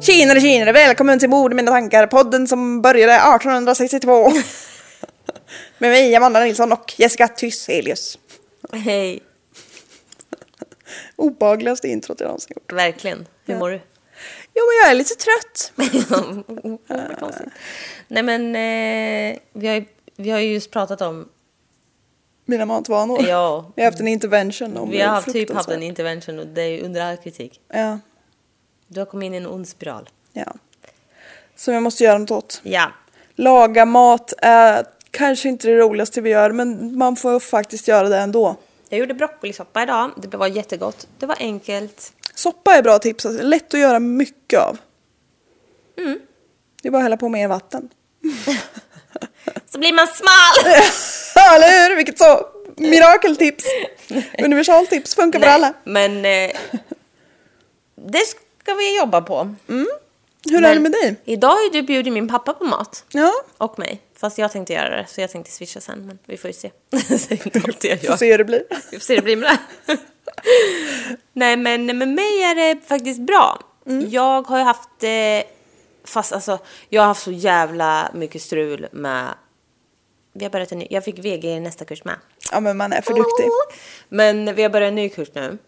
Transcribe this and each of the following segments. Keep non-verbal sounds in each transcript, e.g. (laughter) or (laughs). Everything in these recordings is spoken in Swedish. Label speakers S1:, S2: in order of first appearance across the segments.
S1: Tjenare tjenare, välkommen till Mord i mina tankar, podden som började (laughs) 1862. Med mig, Amanda Nilsson och Jessica Thyselius.
S2: Hej,
S1: Obehagligaste introt jag någonsin gjort.
S2: verkligen. Hur
S1: Ja.
S2: mår du?
S1: Jo men jag är lite trött.
S2: Oh, vad konstigt. Nej men, eh, vi, har ju, vi har ju just pratat om,
S1: Mina matvanor.
S2: ja,
S1: Vi har haft en intervention om
S2: vi har
S1: hur
S2: haft typ haft
S1: fruktansvärt-
S2: en intervention och det är ju under all kritik.
S1: Ja,
S2: Du har kommit in i en ond spiral.
S1: ja. Som jag måste göra något åt.
S2: Ja,
S1: Laga mat är kanske inte det roligaste vi gör men man får faktiskt göra det ändå.
S2: jag gjorde broccolisoppa idag. Det var jättegott. Det var enkelt.
S1: Soppa är bra tips, alltså. lätt att göra mycket av.
S2: Mm.
S1: Det är bara att hälla på mer vatten. (laughs)
S2: Så blir man (laughs) smal!
S1: Ja, eller hur? Vilket så
S2: (laughs)
S1: mirakeltips! Universaltips, funkar för alla.
S2: men eh, det ska vi jobba på.
S1: Hur är det
S2: Men
S1: med dig?
S2: Idag har ju du bjudit min pappa på mat.
S1: Ja,
S2: Och mig. Fast jag tänkte göra det, så jag tänkte swisha sen. Men vi får ju se. (laughs) Så det är inte alltid jag
S1: får
S2: gör.
S1: se hur det blir.
S2: Vi får se hur det blir med det. Nej men med mig är det faktiskt bra.
S1: Mm.
S2: Jag har ju haft, eh, fast alltså jag har haft så jävla mycket strul med, vi har börjat en ny, jag fick VG i nästa kurs med.
S1: Ja, men man är för duktig.
S2: Men vi har börjat en ny kurs nu.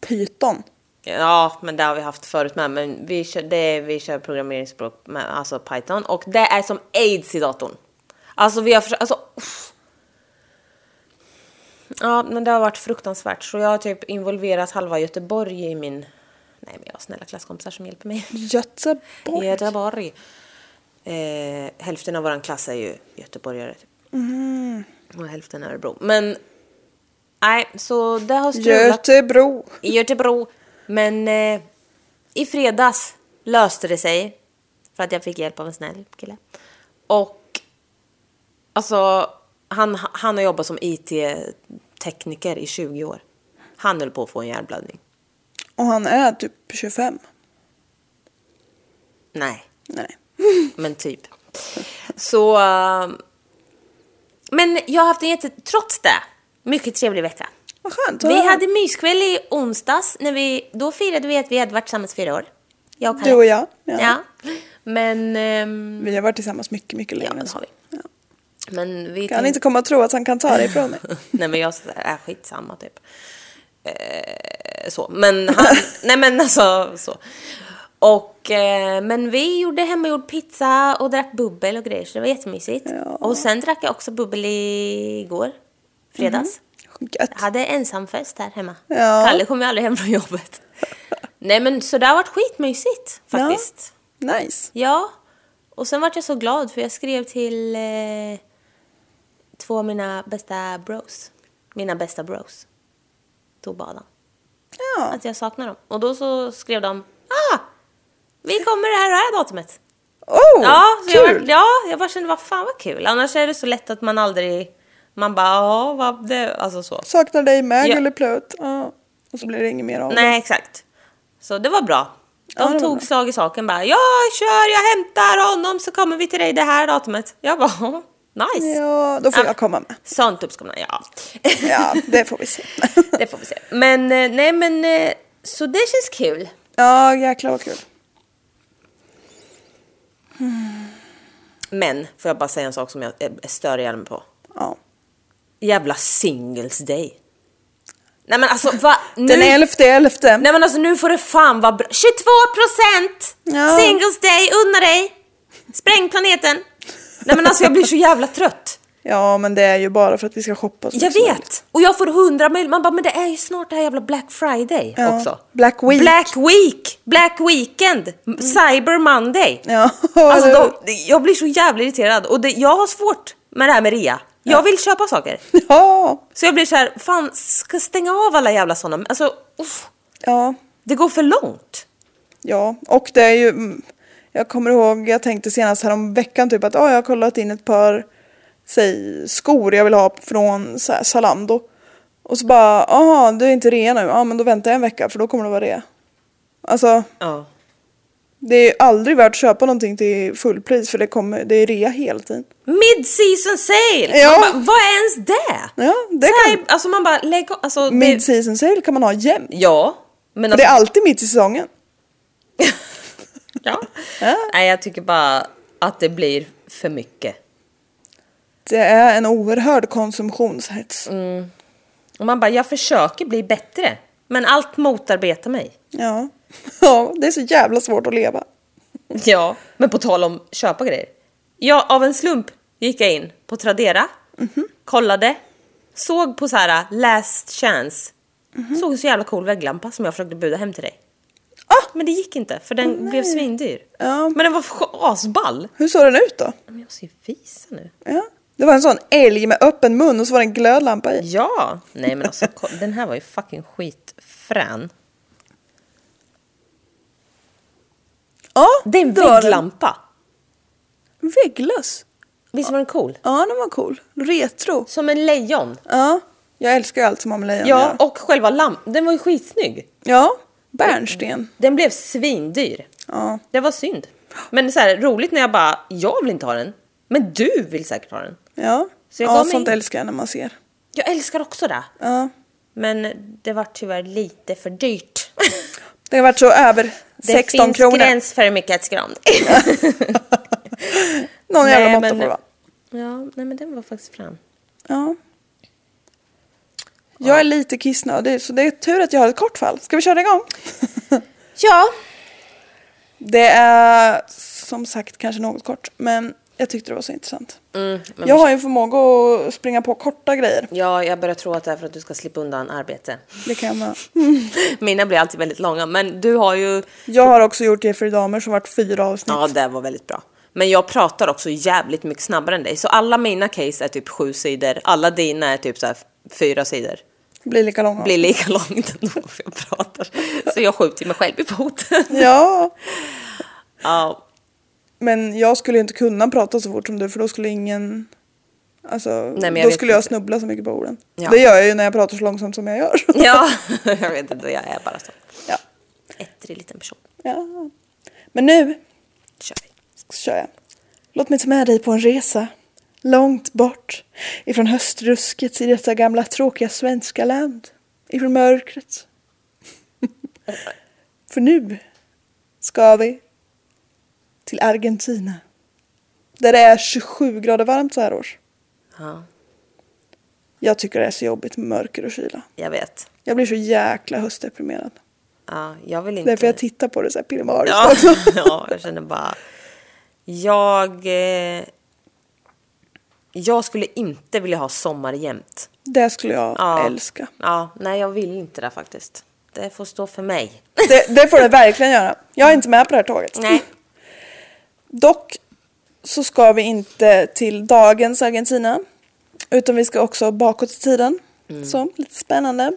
S1: Python.
S2: Ja, men det har vi haft förut med. Men vi kör, det, vi kör programmeringsspråk med, alltså Python. Och det är som aids i datorn. Alltså vi har försökt, alltså... uff. Ja, men det har varit fruktansvärt. Så jag har typ involverat halva Göteborg i min... Nej, men jag har snälla klasskompisar som hjälper mig.
S1: Göteborg.
S2: Göteborg. Eh, hälften av vår klass är ju göteborgare. Typ. Och hälften är Örebro. Men... Nej, så det har strulat
S1: Götebro.
S2: i Göteborg. Men eh, i fredags löste det sig för att jag fick hjälp av en snäll kille. Och alltså, han, han har jobbat som IT-tekniker i 20 år. Han höll på att få en hjärnblödning.
S1: Och han är typ 25.
S2: Nej,
S1: Nej.
S2: men typ. Så... eh, men jag har haft en jätte, trots det, mycket trevlig vecka.
S1: Vad skönt.
S2: Vi hade myskväll i onsdags. När vi, då firade vi att vi hade varit tillsammans fyra år. Jag och
S1: Du och jag. Ja.
S2: Ja. Men, ehm,
S1: Vi har varit tillsammans mycket, mycket längre.
S2: Ja, det har vi.
S1: Ja.
S2: men
S1: Kan
S2: vi tänkte-
S1: inte komma att tro att han kan ta det ifrån
S2: (laughs)
S1: mig.
S2: nej men jag är skitsamma typ. Eh, så, men han,
S1: (laughs)
S2: nej men alltså så. Och, eh, men vi gjorde hemmagjord pizza och drack bubbel och grejer så det var jättemysigt.
S1: Ja.
S2: Och sen drack jag också bubbel igår, fredags.
S1: Gött.
S2: Jag hade ensamfest här hemma.
S1: Mhm. Ja.
S2: Kalle kom ju aldrig hem från jobbet. nej men så det har varit skitmysigt faktiskt.
S1: Nice.
S2: Ja, och sen vart jag så glad för jag skrev till eh, två av mina bästa bros. Mina bästa bros. Tog badan.
S1: Ja.
S2: Att jag saknar dem. Och då så skrev de ah, vi kommer det här, och det här datumet.
S1: Oh,
S2: ja, så jag,
S1: kul!
S2: var, ja, jag bara kände vad fan vad kul. Annars är det så lätt att man aldrig, man bara ja, vad det, alltså så.
S1: Saknar dig med
S2: Ja.
S1: Gulleplutt. Ja. Och så blir det inget mer av det.
S2: Nej, exakt. Så det var bra. De
S1: Ja, det var
S2: tog
S1: bra.
S2: slag i saken bara. Jag kör, jag hämtar honom så kommer vi till dig det här datumet. Jag bara, "Ja, nice.
S1: Ja, då får
S2: Ja.
S1: jag komma med.
S2: Sånt uppskomna, ja.
S1: Ja,
S2: (laughs)
S1: det får vi se.
S2: det får vi se. Men eh, nej men, eh, så det känns kul.
S1: Ja, jäklar vad kul.
S2: Men, får jag bara säga en sak som jag eh, stör ihjäl mig på?
S1: Ja.
S2: Jävla singles day. Nej men alltså va?
S1: (laughs)
S2: Nu,
S1: Den elfte elfte.
S2: Nej men alltså nu får det fan vara bra. 22 procent!
S1: Ja.
S2: Singles day, unna dig! Spräng planeten! Nej men alltså jag blir så jävla trött.
S1: Ja, men det är ju bara för att vi ska shoppa. så
S2: Jag
S1: mycket som möjligt.
S2: vet! Och jag får hundra mejl. Man bara, men det är ju snart det här jävla Black Friday
S1: Ja.
S2: också.
S1: Black Week.
S2: Black Week! Black Weekend! Cyber Monday!
S1: Ja, (laughs)
S2: Alltså,
S1: eller hur?
S2: de, jag blir så jävla irriterad. Och det, jag har svårt med det här med rea. Jag vill köpa saker.
S1: ja.
S2: Så jag blir så här, fan, ska stänga av alla jävla sådana. Alltså, uff,
S1: ja,
S2: det går för långt.
S1: ja, och det är ju. mm, Jag kommer ihåg, jag tänkte senast härom veckan typ att ah, jag har kollat in ett par säg, skor jag vill ha från så här, Zalando. Och så bara, aha, du är inte rea nu. Ja, men då väntar jag en vecka för då kommer det vara rea. Alltså,
S2: Ja.
S1: Det är ju aldrig värt att köpa någonting till fullpris för det, kommer, det är rea hela tiden.
S2: Mid-season sale!
S1: Ja.
S2: Man bara, vad är ens det?
S1: Ja, det
S2: Cyber,
S1: kan,
S2: Alltså man bara, lägg av. Alltså, det-
S1: mid-season sale kan man ha jämt.
S2: Ja. Men
S1: För det
S2: alltså,
S1: är alltid mitt i säsongen.
S2: Ja. Nej, jag tycker bara att det blir för mycket.
S1: Det är en oerhörd konsumtionshets.
S2: Och man bara, jag försöker bli bättre. Men allt motarbetar mig.
S1: Ja. (laughs) ja, det är så jävla svårt att leva.
S2: Ja, men på tal om köpa grejer. Ja, av en slump gick jag in på Tradera, Mhm. kollade, såg på så här uh, last chance. Såg en så jävla cool vägglampa som jag försökte buda hem till dig. Ah, men det gick inte för den blev svindyr.
S1: Ja.
S2: Men den var f- asball.
S1: Hur såg den ut då?
S2: Men jag ska ju visa nu.
S1: Ja. Det var en sån älg med öppen mun och så var det en glödlampa i.
S2: Ja! Nej men alltså ko- den här var ju fucking skitfrän.
S1: Ja,
S2: Det är en
S1: det var den.
S2: vägglampa.
S1: Vägglöss.
S2: Visst var den cool?
S1: Ja, den var cool. Retro.
S2: Som en lejon.
S1: Ja, jag älskar ju allt som har med lejon
S2: Ja,
S1: att göra.
S2: och själva lampan, den var ju skitsnygg.
S1: Ja, bärnsten.
S2: Den blev svindyr.
S1: Ja.
S2: Det var synd. Men så här, roligt när jag bara, jag vill inte ha den. Men du vill säkert ha den.
S1: Ja,
S2: Så jag
S1: ja
S2: gav mig
S1: sånt
S2: in.
S1: älskar jag när man ser.
S2: Jag älskar också det.
S1: Ja.
S2: Men det var tyvärr lite
S1: (laughs)
S2: för dyrt.
S1: Det har varit så över
S2: Det
S1: 16
S2: finns
S1: kronor.
S2: gräns för hur mycket jag skram. (laughs)
S1: Någon
S2: Nej,
S1: jävla måtta
S2: men-
S1: får det vara.
S2: Ja, nej men den var faktiskt fram.
S1: Ja. Jag är lite kissnödig så det är tur att jag har ett kort fall. Ska vi köra igång?
S2: Ja.
S1: Det är som sagt kanske något kort men jag tyckte det var så intressant.
S2: Mm, men
S1: Jag har ju en förmåga att springa på korta grejer.
S2: Ja, jag börjar tro att det är för att du ska slippa undan arbete. (laughs)
S1: Det kan jag
S2: Mina blir alltid väldigt långa, men du har ju...
S1: Jag har också gjort Jeffrey Dahmer som varit fyra avsnitt.
S2: Ja, det var väldigt bra. Men jag pratar också jävligt mycket snabbare än dig, så alla mina case är typ sju sidor, alla dina är typ så här fyra sidor.
S1: Blir lika långa.
S2: blir lika (laughs) långt ändå för jag pratar. Så jag skjuter mig själv i foten.
S1: Ja,
S2: Ja,
S1: men jag skulle ju inte kunna prata så fort som du för då skulle ingen... Alltså,
S2: men jag
S1: då
S2: vet
S1: skulle jag
S2: inte.
S1: snubbla så mycket på orden.
S2: Ja.
S1: Det gör jag ju när jag pratar så långsamt som jag gör. (laughs)
S2: ja (laughs) jag vet inte, jag är bara så.
S1: Ja.
S2: Ettrig liten person.
S1: Ja. Men nu
S2: Kör vi.
S1: kör jag. Låt mig ta med dig på en resa. Långt bort. Ifrån höstrusket i detta gamla tråkiga svenska land. Ifrån mörkret. (laughs) För nu ska vi till Argentina. Där det är 27 grader varmt så här års.
S2: Ja,
S1: Jag tycker det är så jobbigt med mörker och kyla.
S2: jag vet.
S1: Jag blir så jäkla höstdeprimerad.
S2: Ja, jag vill inte...
S1: Därför jag tittar på det så här pillemariskt
S2: ja, (laughs)
S1: också.
S2: ja, jag känner bara... Jag... Eh, jag skulle inte vilja ha sommar jämt.
S1: Det skulle jag
S2: Ja.
S1: älska.
S2: Ja, nej jag vill inte det faktiskt. Det får stå för (laughs) mig.
S1: Det, det får det verkligen göra. Jag är inte med på det här tåget.
S2: Nej.
S1: Dock så ska vi inte till dagens Argentina. Utan vi ska också bakåt i tiden. Så, lite spännande.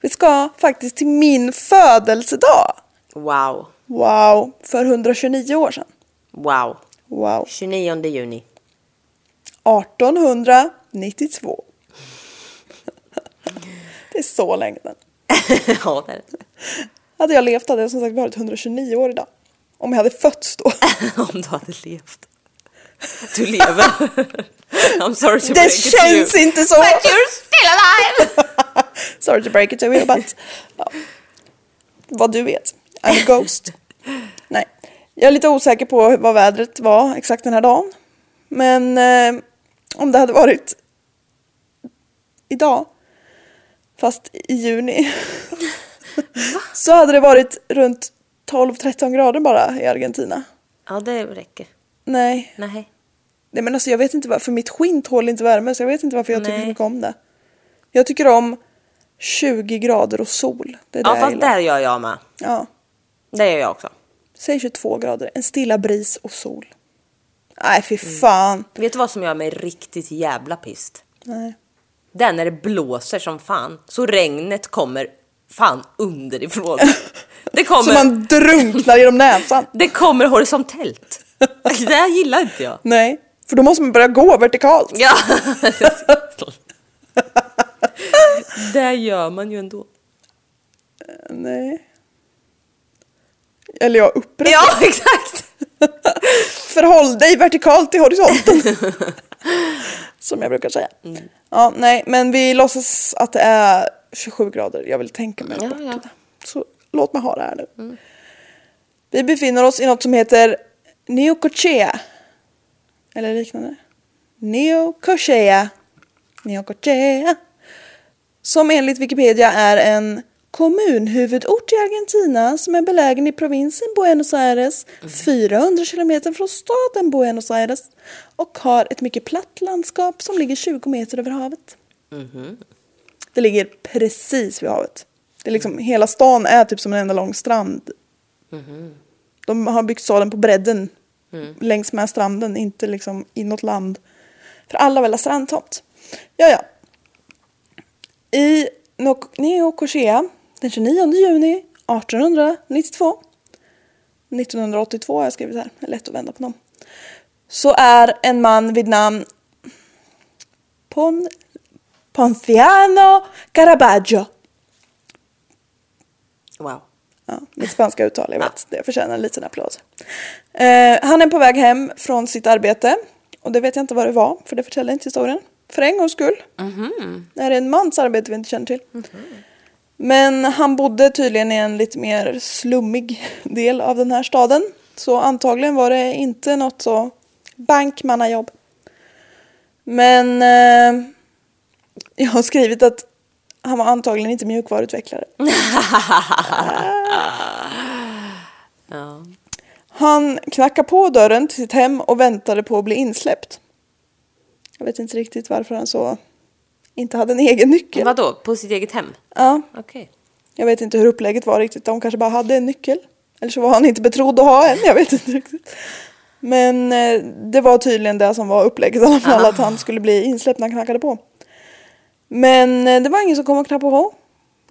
S1: Vi ska faktiskt till min födelsedag.
S2: Wow.
S1: Wow, för 129 år sedan.
S2: Wow.
S1: Wow.
S2: 29 juni.
S1: 1892. (laughs) Det är så länge sedan.
S2: (laughs) ja, det är det.
S1: Hade jag levt hade jag som sagt varit 129 år idag. Om jag hade fötts då.
S2: Om du hade levt. Du lever. (laughs) I'm sorry
S1: (laughs)
S2: to
S1: Det
S2: break
S1: känns
S2: you.
S1: inte så!
S2: But you're still alive!
S1: Sorry to break it to you, but... Ja. Vad du vet. I'm a ghost. Nej. Jag är lite osäker på vad vädret var exakt den här dagen. Men eh, om det hade varit idag, fast i juni, så hade det varit runt 12-13 grader bara i Argentina.
S2: ja, det räcker.
S1: Nej.
S2: Nej.
S1: Nej men alltså jag vet inte varför, mitt skinn tål inte värme så jag vet inte varför jag tycker
S2: Nej.
S1: så mycket om det. Jag tycker om 20 grader och sol. Det är
S2: Ja,
S1: det jag
S2: fast
S1: gillar.
S2: där gör jag med.
S1: Ja.
S2: Det gör jag också.
S1: Säg 22 grader, en stilla bris och sol. Nej fy
S2: Mm.
S1: fan.
S2: Vet du vad som gör mig riktigt jävla pist?
S1: Nej.
S2: Det är när det blåser som fan, så regnet kommer fan (laughs) underifrån. Det
S1: Så
S2: kommer,
S1: man drunknar genom näsan.
S2: det kommer horisontellt. Alltså, Det gillar inte jag.
S1: Nej, för då måste man börja gå vertikalt.
S2: Ja. Det gör man ju ändå.
S1: Nej. Eller jag upprätt.
S2: Ja, exakt!
S1: Förhåll dig vertikalt till
S2: (laughs)
S1: horisonten. Som jag brukar säga.
S2: Mm.
S1: Ja, nej, men vi låtsas att det är 27 grader. Jag vill tänka mig
S2: Ja, Mm.
S1: bort
S2: ja.
S1: det. Så låt mig ha det här nu. Vi befinner oss i något som heter Neocochea. Eller liknande. Neocochea. Neocochea. Som enligt Wikipedia är en kommunhuvudort i Argentina som är belägen i provinsen Buenos Aires 400 kilometer från staden Buenos Aires och har ett mycket platt landskap som ligger 20 meter över havet. Det ligger precis vid havet. Det är liksom, hela stan är typ som en enda lång strand. De har byggt staden på bredden. Längs med stranden, inte liksom inåt land. För alla vill ha strandtomt. Ja, ja. I No- Neo-Korsea den 29 juni 1892. 1982 har jag skrivit här, det är lätt att vända på dem. Så är en man vid namn Pon... Ponciano Caravaggio.
S2: Wow.
S1: Ja, mitt spanska uttal, jag vet. Det förtjänar en liten applåd. Eh, han är på väg hem från sitt arbete. Och det vet jag inte vad det var, för det förtäller inte historien. För en gångs skull. Det här är en mans arbete vi inte känner till. Men han bodde tydligen i en lite mer slummig del av den här staden. Så antagligen var det inte något så bankmannajobb. Men eh, jag har skrivit att han var antagligen inte mjukvaruutvecklare.
S2: Ja.
S1: Han knackade på dörren till sitt hem och väntade på att bli insläppt. Jag vet inte riktigt varför han så inte hade en egen nyckel.
S2: Vadå? På sitt eget hem?
S1: Ja,
S2: Okej.
S1: jag vet inte hur upplägget var riktigt. De kanske bara hade en nyckel. Eller så var han inte betrodd att ha en. Jag vet inte riktigt. Men eh, det var tydligen det som var upplägget i alla fall. Att han skulle bli insläppt när han knackade på. Men eh, det var ingen som kom och knackade på.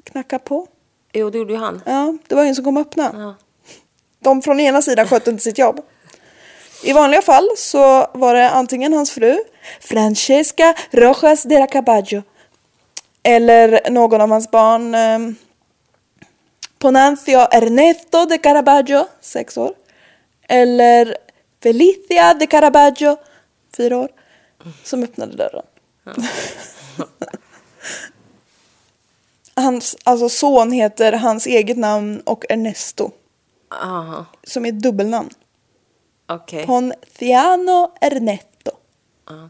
S1: Knacka på.
S2: Jo, det gjorde ju han.
S1: Ja, det var ingen som kom och öppnade.
S2: Ja.
S1: De från ena sidan skötte inte sitt jobb. I vanliga fall så var det antingen hans fru, Francesca Rojas de la Caballo, eller någon av hans barn, eh, Ponancio Ernesto de Caraballo, sex år, eller Felicia de Caraballo, fyra år, som öppnade dörren. (laughs) hans alltså son heter hans eget namn och Ernesto
S2: Aha.
S1: som är ett dubbelnamn. Eh.
S2: Okej.
S1: Ponciano Ernesto.
S2: Ja.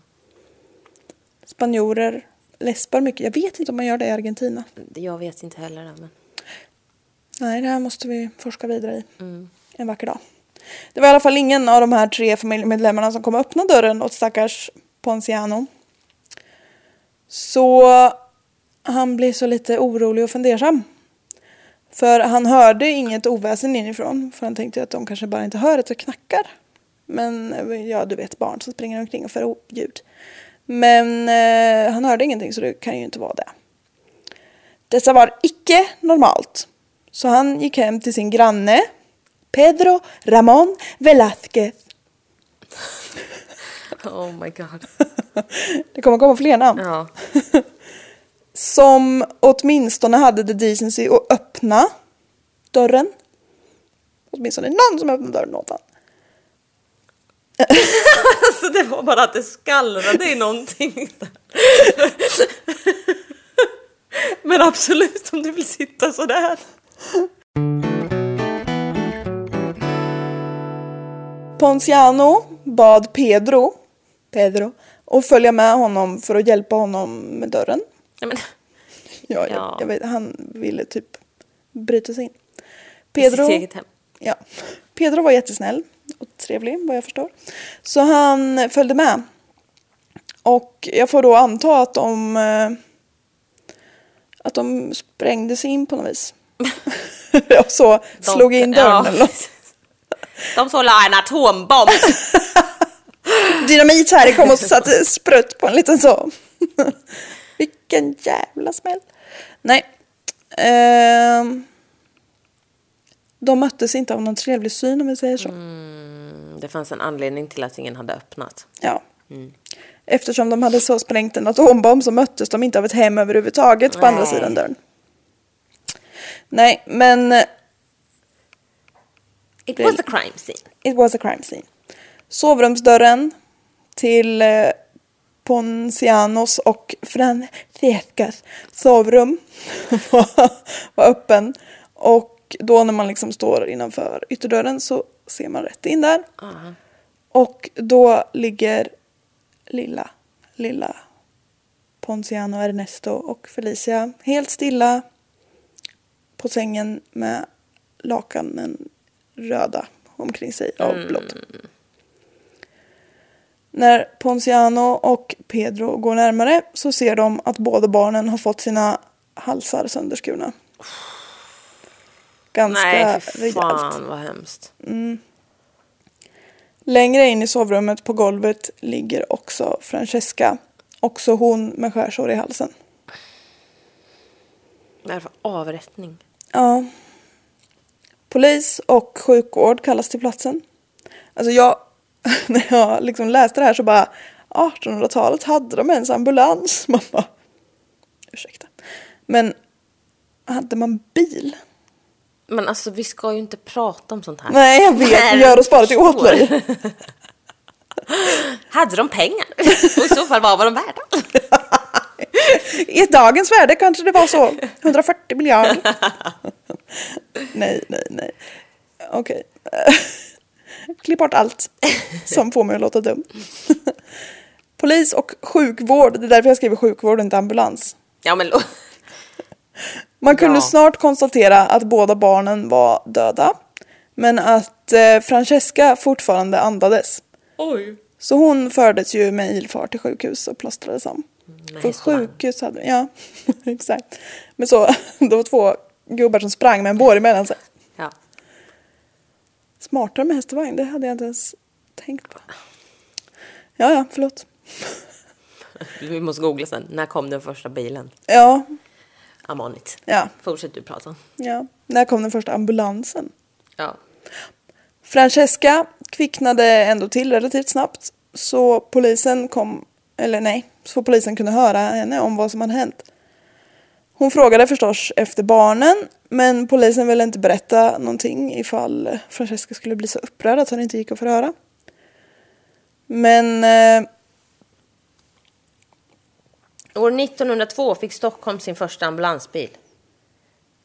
S1: Spanjorer läspar mycket. Jag vet inte om man gör det i Argentina.
S2: Jag vet inte heller det, men...
S1: Nej, det här måste vi forska vidare i
S2: Mm.
S1: en vacker dag. Det var i alla fall ingen av de här tre familjemedlemmarna som kom och öppnade dörren åt stackars Ponciano. Så han blev så lite orolig och fundersam. För han hörde inget oväsen inifrån. För han tänkte ju att de kanske bara inte hör att det knackar. Men ja, du vet barn som springer omkring och för ljud. Men eh, han hörde ingenting så det kan ju inte vara det. Dessa var icke normalt. Så han gick hem till sin granne Pedro Ramon Velázquez.
S2: Oh my god.
S1: Det kommer komma fler namn.
S2: Ja.
S1: Som åtminstone hade the decency att öppna dörren. Åtminstone någon som öppnade dörren åt honom.
S2: Alltså det var bara att det skallrade i (laughs) någonting. där. Men absolut om du vill sitta sådär.
S1: Ponciano bad Pedro, Pedro att följa med honom för att hjälpa honom med dörren.
S2: Nej, men,
S1: Ja,
S2: Ja.
S1: Jag, jag vet, han ville typ bryta sig in.
S2: Pedro. Sitt eget hem.
S1: Ja. Pedro var jättesnäll och trevlig vad jag förstår. Så han följde med. Och jag får då anta att de eh, att de sprängde sig in på något vis. (laughs) och så
S2: De-
S1: slog in dörren eller något.
S2: De så la en atombomb.
S1: Dynamit här, det kom och satte sprutt på en liten så. (laughs) Vilken jävla smäll. Nej. Ehm. De möttes inte av någon trevlig syn om vi säger så.
S2: Mm, Det fanns en anledning till att ingen hade öppnat.
S1: Ja. Eftersom de hade så sprängt en atombomb så möttes de inte av ett hem överhuvudtaget på andra
S2: Nej.
S1: sidan dörren. Nej, men eh,
S2: It
S1: Det-
S2: was a crime scene.
S1: it was a crime scene. Sovrumsdörren till eh, Poncianos och (laughs) Francescas sovrum var, var öppen. Och Och då när man liksom står innanför ytterdörren så ser man rätt in där.
S2: Ja.
S1: Och då ligger lilla, lilla Pontiano Ernesto och Felicia helt stilla på sängen med lakanen röda omkring sig av
S2: Mm.
S1: blått. När Pontiano och Pedro går närmare så ser de att båda barnen har fått sina halsar sönderskurna. Ganska
S2: Nej, fy
S1: rejält.
S2: fan vad hemskt.
S1: Längre in i sovrummet på golvet ligger också Francesca. Också hon med skärsår i halsen.
S2: Det här var avrättning.
S1: Ja. Polis och sjukvård kallas till platsen. Alltså jag, (laughs) när jag liksom läste det här så bara 1800-talet hade de ens ambulans? (laughs) Man bara, ursäkta. Men hade man bil?
S2: Men alltså vi ska ju inte prata om sånt här.
S1: Nej jag vet,
S2: Nej,
S1: vi gör oss bara
S2: jag
S1: till
S2: förstår.
S1: åtlöje.
S2: Hade de pengar? (laughs) Och i så fall, vad var de värda?
S1: I dagens värde kanske det var så 140 miljarder. nej, nej, nej. Okej. (laughs) Klipp bort allt som får mig att låta dum. (laughs) Polis och sjukvård, det är därför jag skriver sjukvård och inte ambulans.
S2: Ja men lo-
S1: Man kunde
S2: Ja.
S1: snart konstatera att båda barnen var döda. Men att eh, Francesca fortfarande andades.
S2: Oj.
S1: Så hon fördes ju med ilfart till sjukhus och plåstrades om.
S2: Med
S1: För
S2: häst och vagn.
S1: sjukhus hade Ja, (laughs) exakt. Men så, (laughs) det var två gubbar som sprang med en bår emellan sig.
S2: Ja.
S1: Smartare med häst och vagn, det hade jag inte ens tänkt på. Ja, ja, förlåt.
S2: Vi måste googla sen. När kom den första bilen?
S1: Ja,
S2: Amonit.
S1: ja,
S2: Fortsätt du prata.
S1: ja. När kom den första ambulansen?
S2: Ja.
S1: Francesca kvicknade ändå till relativt snabbt. Så polisen kom, eller nej, så polisen kunde höra henne om vad som hade hänt. Hon frågade förstås efter barnen, men polisen ville inte berätta någonting ifall Francesca skulle bli så upprörd att hon inte gick att förhöra. Men eh,
S2: År 1902 fick Stockholm sin första ambulansbil.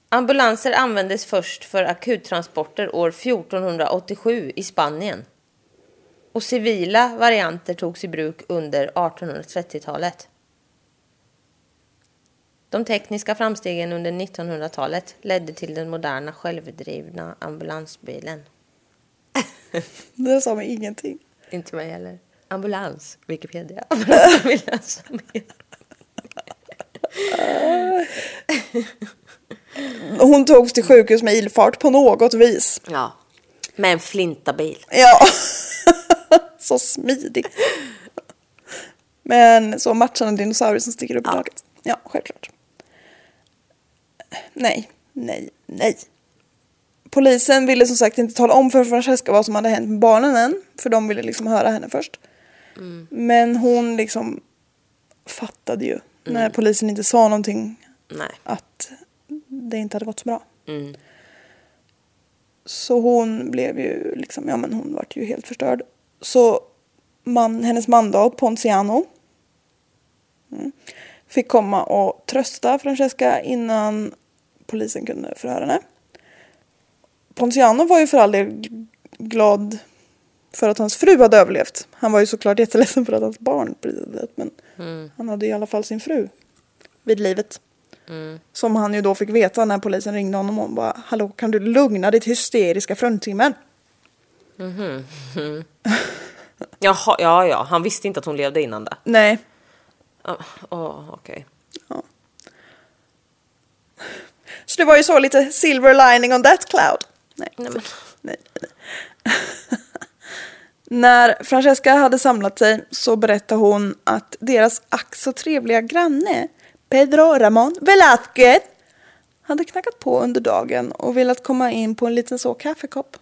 S2: Ambulanser användes först för akuttransporter år 1487 i Spanien. Och civila varianter togs i bruk under 1830-talet. De tekniska framstegen under 1900-talet ledde till den moderna självdrivna ambulansbilen.
S1: det sa mig ingenting.
S2: Inte mig heller. Ambulans, (laughs) Wikipedia. För de som vill läsa mer.
S1: Hon togs till sjukhus med ilfart på något vis.
S2: Ja. Med en flintabil.
S1: Ja. (laughs) så smidig. Men så matchande dinosaurier som sticker upp i
S2: Ja.
S1: taket. Ja, självklart. Nej, nej, nej. Polisen ville som sagt inte tala om för Francesca vad som hade hänt med barnen än. För de ville liksom höra henne först. Men hon liksom fattade ju när polisen inte sa någonting
S2: Nej.
S1: att det inte hade gått så bra.
S2: Mm.
S1: Så hon blev ju liksom, ja men hon vart ju helt förstörd. Så man, hennes man då, Ponziano, mm, fick komma och trösta Francesca innan polisen kunde förhöra henne. Ponziano var ju för all del g- glad för att hans fru hade överlevt. Han var ju såklart jätteledsen för att hans barn dött men
S2: Mm,
S1: han hade i alla fall sin fru vid livet.
S2: mm.
S1: Som han ju då fick veta när polisen ringde honom och bara Hallå kan du lugna ditt hysteriska fruntimmer?
S2: Jaha, ja, ja. Han visste inte att hon levde innan det.
S1: Nej.
S2: Ja, Åh, okej.
S1: Så det var ju så lite silver lining on that cloud. Nej.
S2: Nej, men-
S1: nej, nej. När Francesca hade samlat sig så berättade hon att deras ack så trevliga granne Pedro Ramon Velázquez hade knackat på under dagen och velat komma in på en liten så kaffekopp.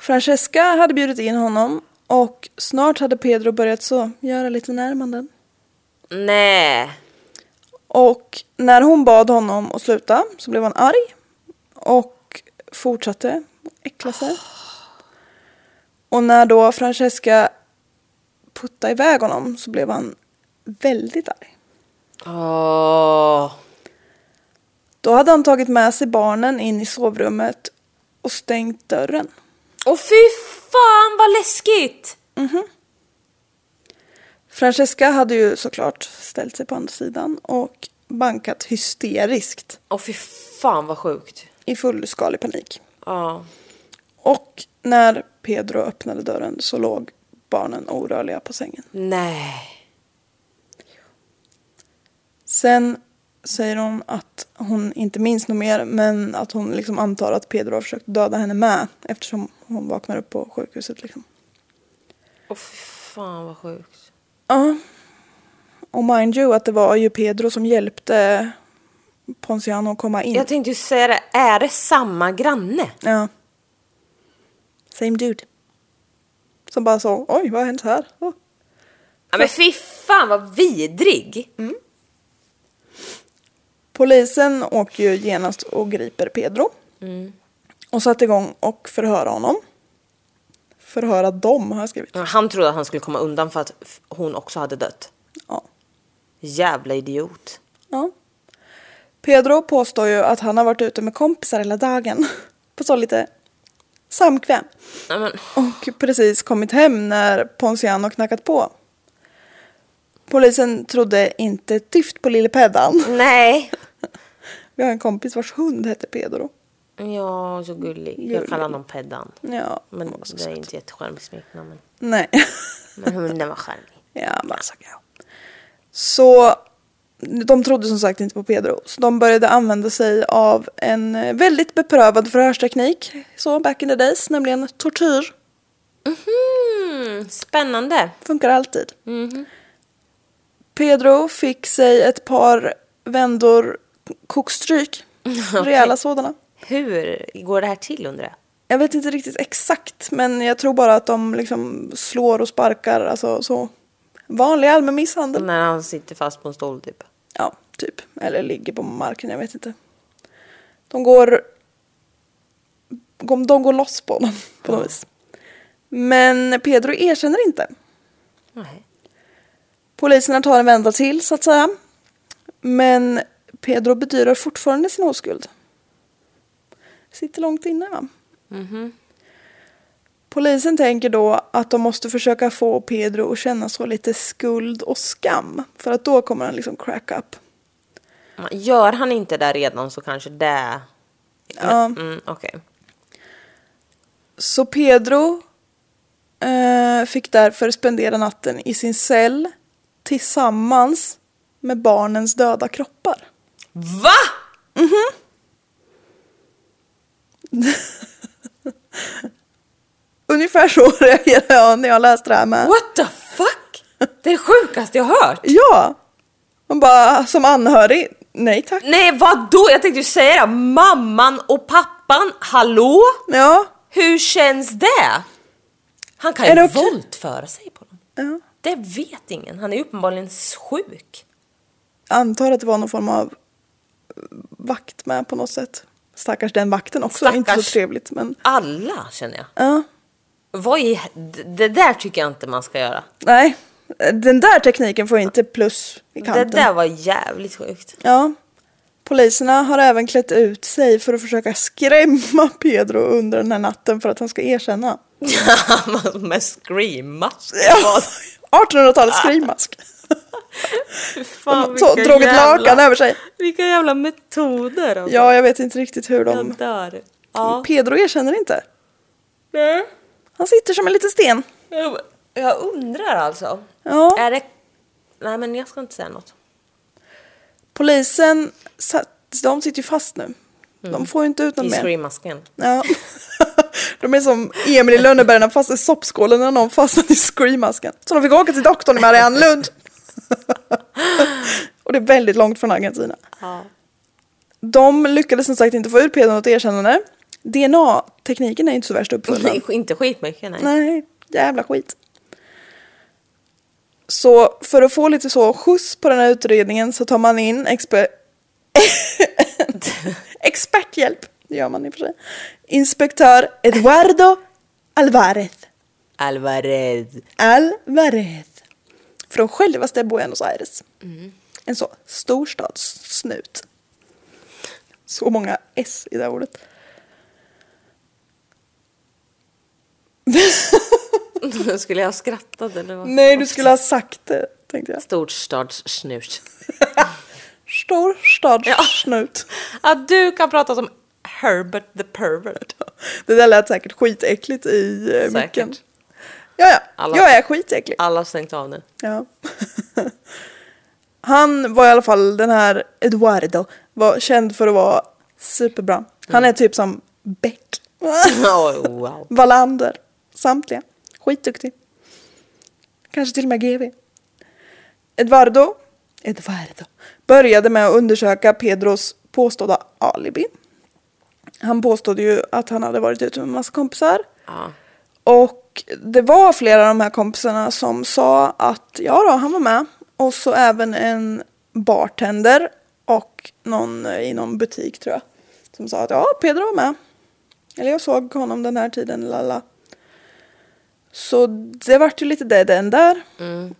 S1: Francesca hade bjudit in honom och snart hade Pedro börjat så, göra lite närmanden.
S2: Nej.
S1: Och när hon bad honom att sluta så blev han arg och fortsatte äckla sig. Och när då Francesca puttade iväg honom så blev han väldigt arg.
S2: Åh.
S1: Då hade han tagit med sig barnen in i sovrummet och stängt dörren.
S2: Och fy fan vad läskigt!
S1: Francesca hade ju såklart ställt sig på andra sidan och bankat hysteriskt
S2: Och fy fan vad sjukt.
S1: i fullskalig panik.
S2: Ja.
S1: Och när Pedro öppnade dörren så låg barnen orörliga på sängen.
S2: Nej.
S1: Sen säger hon att hon inte minns något mer men att hon liksom antar att Pedro har försökt döda henne med eftersom hon vaknar upp på sjukhuset. Liksom.
S2: Och fy fan vad sjukt.
S1: Ja. Och mind you att det var ju Pedro som hjälpte Ponciano att komma in.
S2: Jag tänkte ju säga det, är det samma granne?
S1: Ja. Same dude. Som bara så, oj vad har hänt här? Oh.
S2: Ja, men fy fan vad vidrig!
S1: Polisen åker ju genast och griper Pedro.
S2: Mm.
S1: Och satte igång och förhöra honom. Förhöra dem har jag skrivit.
S2: Ja, Han trodde att han skulle komma undan för att f- hon också hade dött.
S1: Ja.
S2: Jävla idiot.
S1: ja. Pedro påstår ju att han har varit ute med kompisar hela dagen. (laughs) På så lite samkväm.
S2: Nej, men,
S1: Och precis kommit hem när Ponciano knackat på. Polisen trodde inte ett dyft på lille Peddan. (laughs)
S2: nej.
S1: Vi har en kompis vars hund heter Pedro.
S2: Ja, så gullig. Jag
S1: Gullig.
S2: kallar honom Peddan.
S1: Ja,
S2: Men
S1: också
S2: det är inte jättecharmigt smeknamn. Men,
S1: Nej. (laughs)
S2: men hunden var charmig.
S1: ja, bara så ja. Så de trodde som sagt inte på Pedro. Så de började använda sig av en eh, väldigt beprövad förhörsteknik. Så back in the days, nämligen tortyr.
S2: Mm, spännande.
S1: Funkar alltid.
S2: Mhm.
S1: Pedro fick sig ett par vändor kokstryk. Rejäla sådana.
S2: Hur går det här till undrar jag?
S1: Jag vet inte riktigt exakt men jag tror bara att de liksom slår och sparkar, alltså så. Vanlig allmän misshandel.
S2: När han sitter fast på en stol typ.
S1: Ja, typ. Eller ligger på marken, jag vet inte. De går... De går loss på honom på något vis. Men Pedro erkänner inte.
S2: Nej.
S1: Poliserna tar en vända till så att säga. Men Pedro bedyrar fortfarande sin oskuld. Sitter långt inne va?
S2: Mhm.
S1: Polisen tänker då att de måste försöka få Pedro att känna så lite skuld och skam. För att då kommer han liksom crack up.
S2: Gör han inte det redan så kanske det...
S1: Ja.
S2: Mm, Okej.
S1: Så Pedro eh, fick därför spendera natten i sin cell tillsammans med barnens döda kroppar.
S2: VA?
S1: Ungefär så (laughs) reagerade jag när jag läste det här med.
S2: What the fuck? Det är det sjukaste jag har hört.
S1: Ja! Man bara, som anhörig, nej tack.
S2: Nej vadå? Jag tänkte ju säga det. Mamman och pappan, hallå?
S1: Ja.
S2: Hur känns det? Han kan
S1: Är
S2: ju
S1: det okej?
S2: våldföra sig på dem.
S1: ja.
S2: Det vet ingen. Han är ju uppenbarligen sjuk.
S1: Antar att det var någon form av vakt med på något sätt. Stackars den vakten också, inte
S2: Stackars.
S1: så trevligt men.
S2: Alla känner jag.
S1: Ja.
S2: Vad i... d- Det där tycker jag inte man ska göra.
S1: Nej, den där tekniken får inte plus i
S2: Det
S1: kanten.
S2: där var jävligt sjukt. (laughs)
S1: Ja. Poliserna har även klätt ut sig för att försöka skrämma Pedro under den här natten för att han ska erkänna.
S2: Med screammask.
S1: Ja. 1800-talets skrivmask.
S2: Fan,
S1: Så,
S2: Ah. vilka
S1: drog ett lakan över sig.
S2: Vilka jävla metoder alltså.
S1: Ja, jag vet inte riktigt hur
S2: Jag
S1: de...
S2: dör. Ja.
S1: Pedro erkänner inte. Han sitter som en liten sten.
S2: Jag- Jag undrar alltså.
S1: Ja.
S2: Är det... Nej men jag ska inte säga något.
S1: Polisen, satt- de sitter ju fast nu. De får ju inte ut någon
S2: Mm. I
S1: mer.
S2: screammasken.
S1: Ja. (laughs) De är som Emil i Lönneberga fast i soppskålen när någon fastnade i screammasken. Så de fick åka till doktorn i Mariannelund. Och det är väldigt långt från Argentina.
S2: Ja.
S1: De lyckades som sagt inte få ur Pedro något erkännande. DNA-tekniken är inte så värst uppfunnen.
S2: (laughs) inte skitmycket nej.
S1: Nej, jävla skit. Så för att få lite så skjuts på den här utredningen så tar man in exper- (laughs) experthjälp. Det gör man i och för sig. Inspektör Eduardo Alvarez.
S2: Alvarez.
S1: Alvarez. Från självaste Buenos Aires. En så storstadssnut. Så många S i det här ordet.
S2: (laughs) Skulle jag ha skrattat eller vad?
S1: Nej, du skulle ha sagt det, tänkte jag.
S2: Storstadssnut.
S1: Stor stadssnut.
S2: (laughs) Att du kan prata som Herbert the pervert.
S1: Det där lät säkert skitäckligt i eh, micken.
S2: Säkert.
S1: Ja, ja.
S2: Alla-
S1: Jag är skitäcklig.
S2: Alla har stängt av nu. (laughs)
S1: Ja. (laughs) Han var i alla fall, den här Eduardo, var känd för att vara superbra. Han
S2: Mm.
S1: är typ som Beck. (laughs)
S2: Oh, wow.
S1: Wallander. Samtliga. Skitduktig. Kanske till och med GV. Eduardo, Eduardo började med att undersöka Pedros påstådda alibi. Han påstod ju att han hade varit ute med en massa kompisar.
S2: Ja.
S1: Och det var flera av de här kompisarna som sa att ja då, han var med. Och så även en bartender och någon eh, i någon butik tror jag. Som sa att ja, Pedro var med. Eller jag såg honom den här tiden, lalla. Så det vart ju lite dead end där.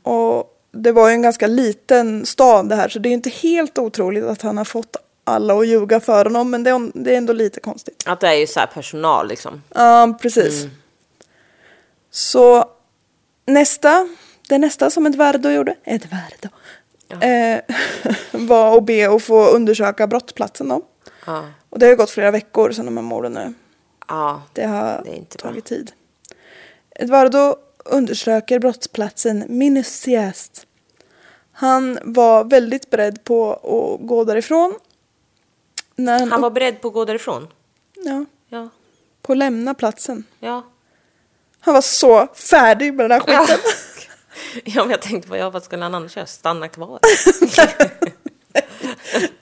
S1: Och det var ju en ganska liten stad det här så det är ju inte helt otroligt att han har fått alla att ljuga för honom men det är- det är ändå lite konstigt.
S2: Att det är ju så här personal liksom.
S1: Ja, precis.
S2: Mm.
S1: Så nästa, det nästa som Edvardo gjorde, Edvardo, eh, (laughs) var att be att få undersöka brottsplatsen då.
S2: Ja.
S1: Och det har ju gått flera veckor sedan de här morden nu.
S2: Ja.
S1: Det har
S2: Det är inte bra.
S1: tagit tid. Edvardo undersöker brottsplatsen minutiöst. Han var väldigt beredd på att gå därifrån. När han,
S2: Han var beredd på att gå därifrån.
S1: ja,
S2: Ja.
S1: på att lämna platsen.
S2: Ja. (laughs)
S1: Han var så färdig med den här skiten.
S2: Ja. ja men jag tänkte vad, jag, vad skulle han annars göra? Stanna (laughs) kvar?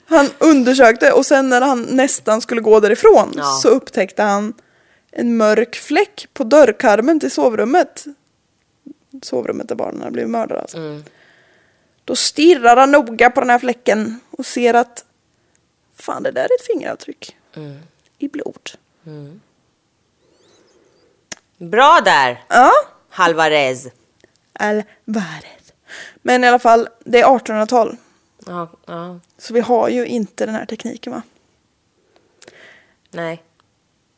S1: Han undersökte och sen när han nästan skulle gå därifrån
S2: Ja.
S1: så upptäckte han en mörk fläck på dörrkarmen till sovrummet. Sovrummet där barnen hade blivit mördade alltså.
S2: Mm,
S1: Då stirrar han noga på den här fläcken och ser att fan det där är ett fingeravtryck
S2: mm.
S1: i blod.
S2: Bra där!
S1: Ja,
S2: Halvarez.
S1: Alvarez. Men i alla fall, det är 1800-tal.
S2: Ja, ja.
S1: Så vi har ju inte den här tekniken va?
S2: Nej.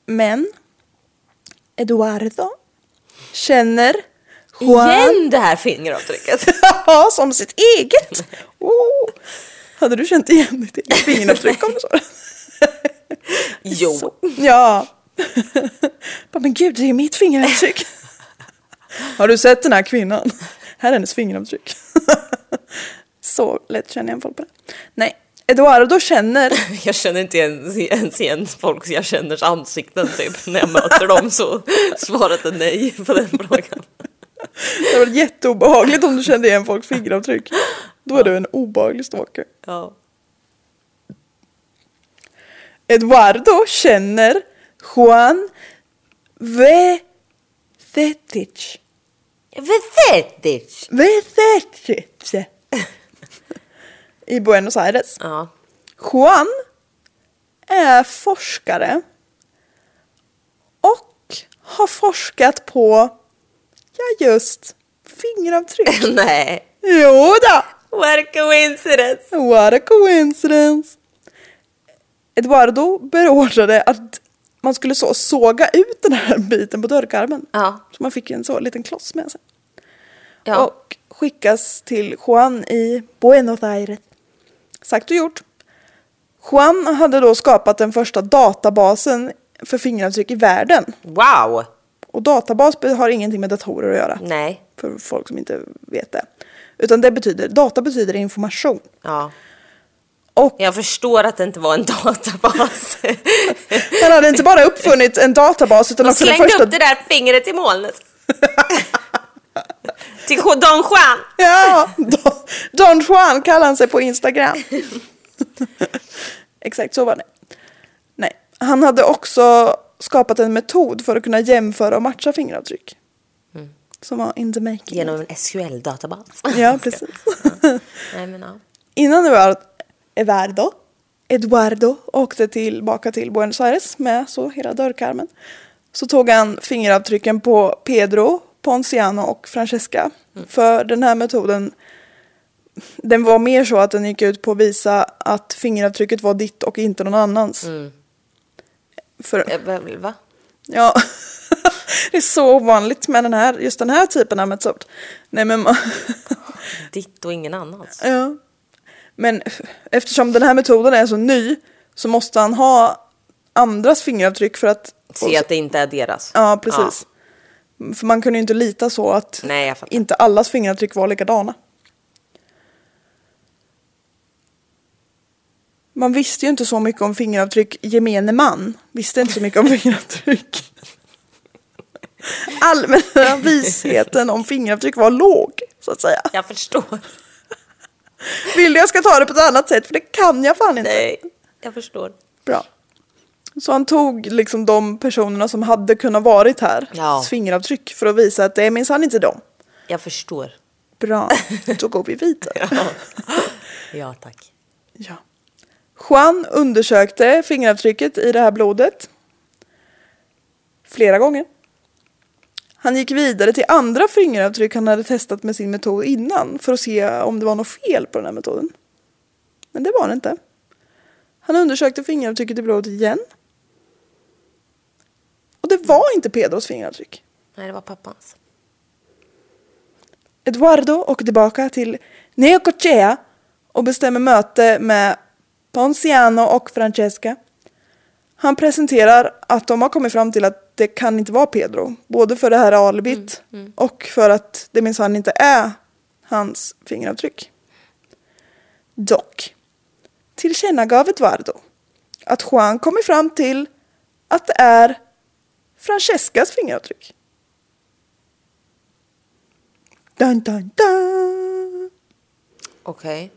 S1: Men Eduardo känner Juan
S2: Igen det här (laughs) fingeravtrycket.
S1: Ja, (laughs) som sitt eget. Oh. Hade du känt igen ditt eget fingeravtryck om du sa det?
S2: Jo.
S1: Ja. (laughs) Bara, Men gud, det är ju mitt fingeravtryck. Har du sett den här kvinnan? Här är hennes fingeravtryck. (laughs) Så lätt känner jag en folk på det. Nej, Eduardo känner
S2: (laughs) Jag känner inte ens, ens igen folks jag känner ansikten typ när jag möter dem så svaret är nej på den frågan.
S1: Det var jätteobehagligt om du kände igen folks fingeravtryck. Då är du en obehaglig stalker.
S2: Ja.
S1: Eduardo känner Juan Vetetic.
S2: Vethetic!
S1: Vetetic. I Buenos Aires.
S2: Ja. (laughs)
S1: Juan är forskare. Och har forskat på, ja just, fingeravtryck.
S2: nej.
S1: Jo då.
S2: What a coincidence!
S1: What a coincidence! Eduardo beordrade att man skulle så såga ut den här biten på dörrkarmen.
S2: Ja.
S1: Så man fick en så liten kloss med sig.
S2: Ja.
S1: Och skickas till Juan i Buenos Aires. Sagt och gjort. Juan hade då skapat den första databasen för fingeravtryck i världen.
S2: Wow!
S1: Och databas har ingenting med datorer att göra.
S2: Nej.
S1: För folk som inte vet det. Utan det betyder, data betyder information.
S2: Ja.
S1: Och
S2: Jag förstår att det inte var en (laughs) databas.
S1: Han hade inte bara uppfunnit en databas utan
S2: De
S1: också den
S2: slängde
S1: första...
S2: upp det där fingret i (laughs) molnet. Till Don Juan.
S1: Ja, Don, Don Juan kallar han sig på Instagram. Exakt så var det. Nej, han hade också skapat en metod för att kunna jämföra och matcha fingeravtryck. Som var in the making.
S2: Genom en SQL-databas.
S1: Ja, precis.
S2: Nej, men ja.
S1: Innan det var Eduardo, Eduardo åkte tillbaka till Buenos Aires med så hela dörrkarmen. Så tog han fingeravtrycken på Pedro, Ponciano och Francesca. För den här metoden den var mer så att den gick ut på att visa att fingeravtrycket var ditt och inte någon annans. För,
S2: Eh, va- Va?
S1: ja, (laughs) det är så ovanligt med den här, just den här typen av metsort. Nej men man- (laughs)
S2: Ditt och ingen annans.
S1: Ja. Men eftersom den här metoden är så ny så måste han ha andras fingeravtryck för att...
S2: Se att det inte är deras.
S1: Ja, precis. För man kunde ju inte lita så att
S2: Ja. Nej, jag fattar.
S1: inte allas fingeravtryck var likadana. Man visste ju inte så mycket om fingeravtryck. Gemene man visste inte så mycket om (laughs) fingeravtryck. Allmänna visheten om fingeravtryck var låg, så att säga.
S2: (laughs) Jag förstår.
S1: Vill du jag ska ta det på ett annat sätt? För det kan jag fan inte.
S2: Nej, jag förstår.
S1: Bra. Så han tog liksom de personerna som hade kunnat varit här,
S2: Ja.
S1: fingeravtryck, för att visa att det är minsann inte dem.
S2: Jag förstår. (laughs)
S1: Bra, då går vi vidare.
S2: Ja, ja tack.
S1: Ja. Juan undersökte fingeravtrycket i det här blodet flera gånger. Han gick vidare till andra fingeravtryck han hade testat med sin metod innan för att se om det var något fel på den här metoden. Men det var det inte. Han undersökte fingeravtrycket i blodet igen. Och det var inte Pedros fingeravtryck.
S2: Nej, det var pappans.
S1: Eduardo åker tillbaka till Neocochea och bestämmer möte med Ponciano och Francesca. Han presenterar att de har kommit fram till att det kan inte vara Pedro. Både för det här alibit och för att det minsann inte är hans fingeravtryck. Dock tillkännagav Eduardo att Juan kommer fram till att det är Francescas fingeravtryck. Dun, dun, dun.
S2: Okej.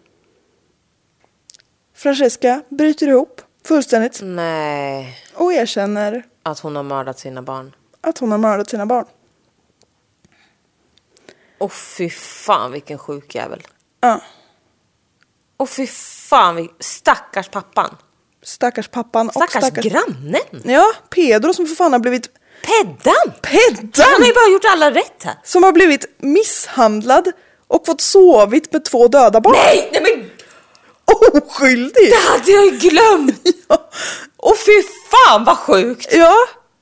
S1: Francesca bryter ihop fullständigt
S2: Nej,
S1: och erkänner
S2: att hon har mördat sina barn.
S1: att hon har mördat sina barn.
S2: Och fy fan vilken sjuk jävel.
S1: Ja,
S2: Och fy fan, vil- stackars pappan.
S1: stackars pappan
S2: Stackars,
S1: och stackars...
S2: grannen.
S1: ja, Pedro som för fan har blivit
S2: Peddan! Han har ju
S1: peddan!
S2: bara gjort alla rätt här.
S1: Som har blivit misshandlad och fått sovit med två döda barn.
S2: Nej, nej men
S1: Oskyldig!
S2: det hade jag ju glömt!
S1: Ja.
S2: Och fy fan vad sjukt!
S1: ja,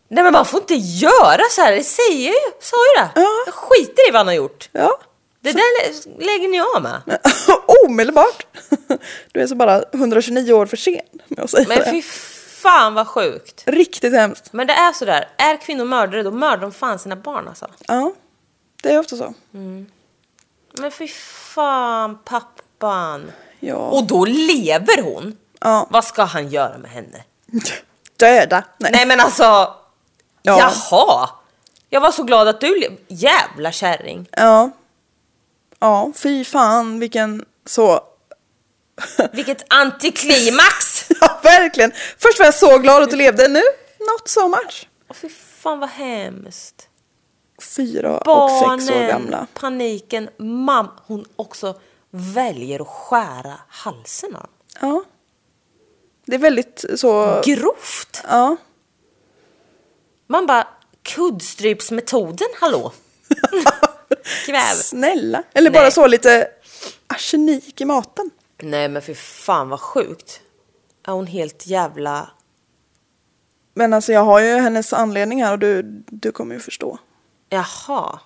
S2: Nej men man får inte göra så här, det säger jag ju, sa ju det.
S1: Ja.
S2: Jag skiter i vad han har gjort.
S1: ja. (laughs)
S2: Det där lä- lägger ni av med.
S1: Omedelbart! Du är så bara 129 år för sen med att säga
S2: Men
S1: det.
S2: fy fan vad sjukt.
S1: Riktigt hemskt.
S2: Men det är sådär, är kvinnor mördare då mördar de fan sina barn alltså.
S1: Ja, det är ofta så.
S2: Men fy fan pappan.
S1: Ja.
S2: Och då lever hon!
S1: Ja.
S2: Vad ska han göra med henne?
S1: Döda! Nej.
S2: Nej men alltså,
S1: Ja.
S2: jaha! Jag var så glad att du le- Jävla kärring!
S1: Ja. Ja, fy fan vilken så... (laughs)
S2: Vilket antiklimax!
S1: Ja, verkligen. Först var jag så glad att du levde, nu not so much.
S2: Åh fy fan vad hemskt.
S1: Fyra och sex år
S2: Barnen,
S1: gamla.
S2: paniken, mam. Hon också väljer att skära halsen av dem.
S1: Ja. Det är väldigt så...
S2: Grovt! (laughs)
S1: Ja.
S2: Man bara, kuddstrypsmetoden, hallå? Kväv.
S1: Snälla. Eller bara
S2: Nej.
S1: så lite arsenik i maten.
S2: Nej men för fan vad sjukt. Är hon helt jävla...
S1: Men alltså jag har ju hennes anledning här och du, du kommer ju förstå. (laughs)
S2: Jaha.